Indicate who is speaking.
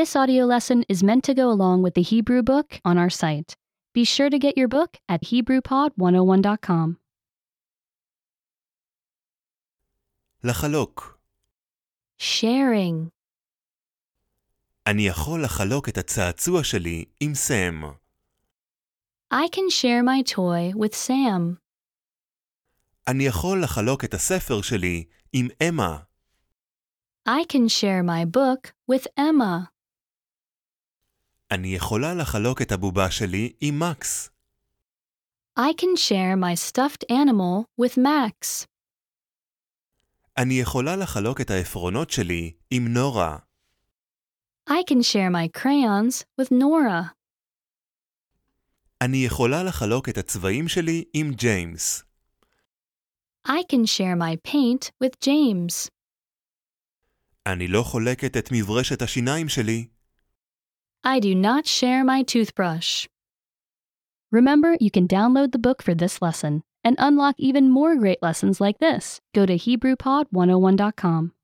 Speaker 1: This audio lesson is meant to go along with the Hebrew book on our site. Be sure to get your book at HebrewPod101.com.
Speaker 2: לחלוק.
Speaker 3: Sharing.
Speaker 2: אני יכול לחלוק את הצעצוע שלי עם סם.
Speaker 1: I can share my toy with Sam.
Speaker 2: אני יכול לחלוק את הספר שלי עם אמה.
Speaker 1: I can share my book with Emma.
Speaker 2: אני יכולה לחלוק את הבובה שלי עם מקס.
Speaker 1: I can share my stuffed animal with Max.
Speaker 2: אני יכולה לחלוק את העפרונות שלי עם נורה.
Speaker 1: I can share my crayons with Nora.
Speaker 2: אני יכולה לחלוק את הצבעים שלי עם ג'יימס.
Speaker 1: I can share my paint with James.
Speaker 2: אני לא חולקת את מברשת השיניים שלי.
Speaker 1: I do not share my toothbrush. Remember, you can download the book for this oh lesson and unlock even more great lessons like this. Go to HebrewPod101.com.